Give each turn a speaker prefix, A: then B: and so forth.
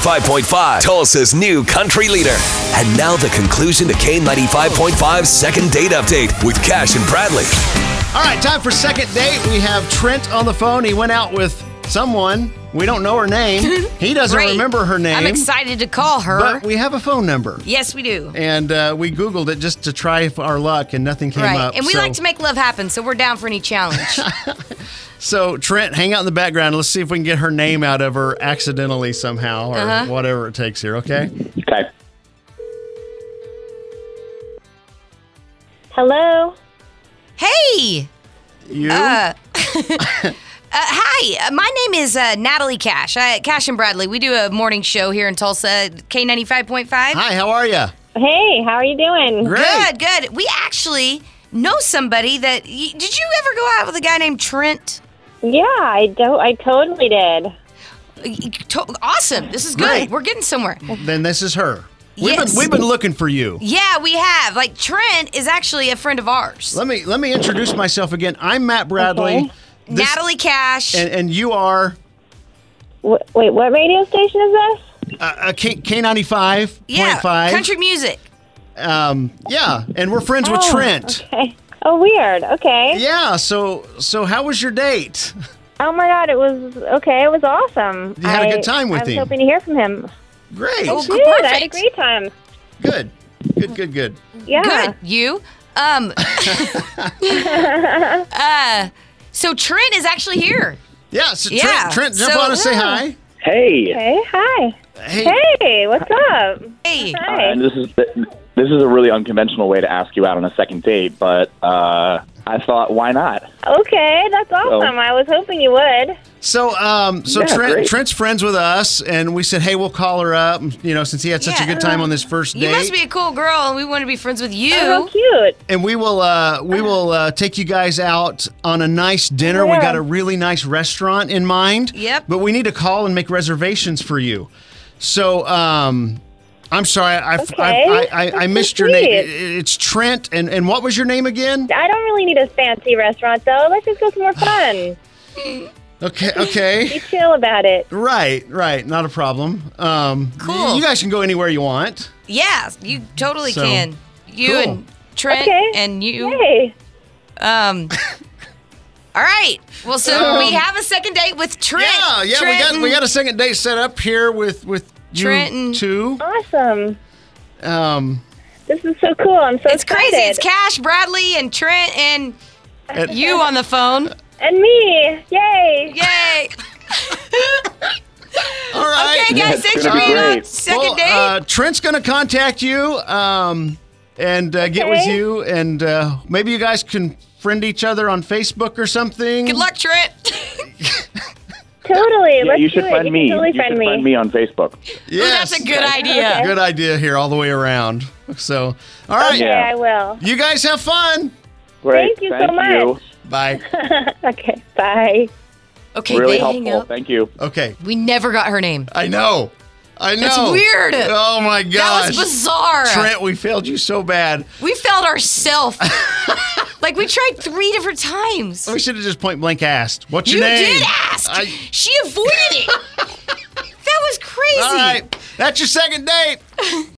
A: K95.5, Tulsa's new country leader. And now the conclusion to K95.5's second date update with Cash and Bradley.
B: All right, time for second date. We have Trent on the phone. He went out with someone. We don't know her name. He doesn't
C: Great.
B: remember her name.
C: I'm excited to call her.
B: But we have a phone number.
C: yes, we do.
B: And uh, we Googled it just to try if our luck, and nothing came
C: Right.
B: up.
C: and we
B: so,
C: like to make love happen, so we're down for any challenge.
B: so, Trent, hang out in the background. Let's see if we can get her name out of her accidentally somehow or
C: Uh-huh.
B: whatever it takes here, okay?
D: Okay.
E: Hello.
C: hey.
B: You?
C: Uh, Uh, hi, uh, my name is uh, Natalie Cash. Uh, Cash and Bradley. We do a morning show here in Tulsa, K95.5.
B: Hi, how are you?
E: Hey, how are you doing?
B: Great.
C: Good, good. We actually know somebody that. Y- did you ever go out with a guy named Trent?
E: Yeah, I do. I totally did.
C: Y- y- to- Awesome. This is good.
B: Great.
C: We're getting somewhere.
B: Then this is her. We've,
C: Yes.
B: been, we've been looking for you.
C: Yeah, we have. Like, Trent is actually a friend of ours.
B: Let me let me introduce myself again. I'm Matt Bradley.
E: Okay.
B: This-
C: Natalie Cash.
B: And, and you are
E: W- wait, what radio station is this?
B: uh, K K ninety five
C: yeah, country music.
B: Um, yeah, and we're friends with
E: Oh,
B: Trent.
E: Okay. Oh, weird. Okay.
B: Yeah. So so how was your date?
E: Oh my God, it was okay. It was awesome.
B: You had
E: a
B: a good time with
E: I was
B: him.
E: hoping to hear from him.
B: Great.
C: Oh,
E: Dude, I had a
C: perfect.
E: great time.
B: Good. Good. Good. Good.
E: Yeah.
C: Good. You? Um. uh, so Trent is actually here.
B: Yeah. So Trent,
C: Yeah,
B: Trent jump
C: so-
B: on and say hi.
D: Hey.
E: Hey, hi.
B: Hey.
E: Hey, what's up?
C: Hey.
D: Uh,
E: Hi.
D: and this is this is a really unconventional way to ask you out on a second date, but uh, I thought, why not?
E: Okay, that's awesome. I was hoping you would.
B: So um so
D: Yeah,
B: Trent
D: great.
B: Trent's friends with us, and we said, hey, we'll call her up. You know, since he had such a
C: Yeah.
B: good time on this first date,
C: You must be a cool girl, and we want to be friends with you.
E: Oh, how cute.
B: and we will uh
C: Uh-huh.
B: we will uh, take you guys out on a nice dinner. We
E: Yeah.
B: got a really nice restaurant in mind.
C: Yep.
B: But we need to call and make reservations for you. So um I'm sorry, I, I-
E: Okay.
B: I, I, I missed
E: That's
B: your name.
E: sweet.
B: It- it- It's Trent, and, and what was your name again?
E: I don't really need a fancy restaurant though. Let's just go somewhere fun.
B: Okay, okay,
E: Be chill about it.
B: right, right, not a problem. Um,
C: Cool.
B: You guys can go anywhere you want.
C: Yeah, you totally
B: So,
C: can. You
B: cool.
C: and Trent
E: Okay.
C: and you.
E: Hey.
C: Um. All right. Well, so
E: Um,
C: we have a second date with Trent.
B: Yeah, yeah, we got we got a second date set up here with with you
C: Trenton.
B: two.
E: Awesome.
B: Um,
E: This is so cool. I'm so
C: It's
E: excited.
C: crazy. It's Cash, Bradley, and Trent, and
B: And-
C: you on the phone.
E: and me. Yay.
C: Yay!
B: all right.
C: Okay,
D: Yeah,
C: guys,
D: it's
C: thanks for
D: gonna be
C: being on
D: great.
C: second
B: well,
C: date.
B: Uh, Trent's going to contact you um, and uh, get with
E: Okay.
B: you, and uh, maybe you guys can friend each other on Facebook or something.
C: Good luck, Trent.
E: Totally.
D: Yeah,
E: Let's
D: you should
E: do it.
D: find
E: you
D: me.
E: Can totally
D: you
E: friend
D: should
E: me.
D: find me on Facebook.
C: Ooh,
B: Yes.
C: that's a good idea.
B: Good idea here, all the way around. So, all right.
E: Okay,
D: Yeah.
E: I will.
B: You guys have fun.
D: Great.
E: Thank you so much.
B: Bye.
E: Okay. Bye.
C: Okay,
D: really
C: they hang
D: helpful.
C: up.
D: Thank you.
B: Okay.
C: We never got her name.
B: I know. I know.
C: That's weird.
B: Oh my
C: That
B: gosh.
C: was bizarre.
B: Trent, we failed you so bad.
C: We failed ourselves. like we tried three different times.
B: We should have just point blank asked. What's
C: You
B: your name?
C: did ask.
B: I-
C: She avoided it. that was crazy.
B: All right. That's your second date.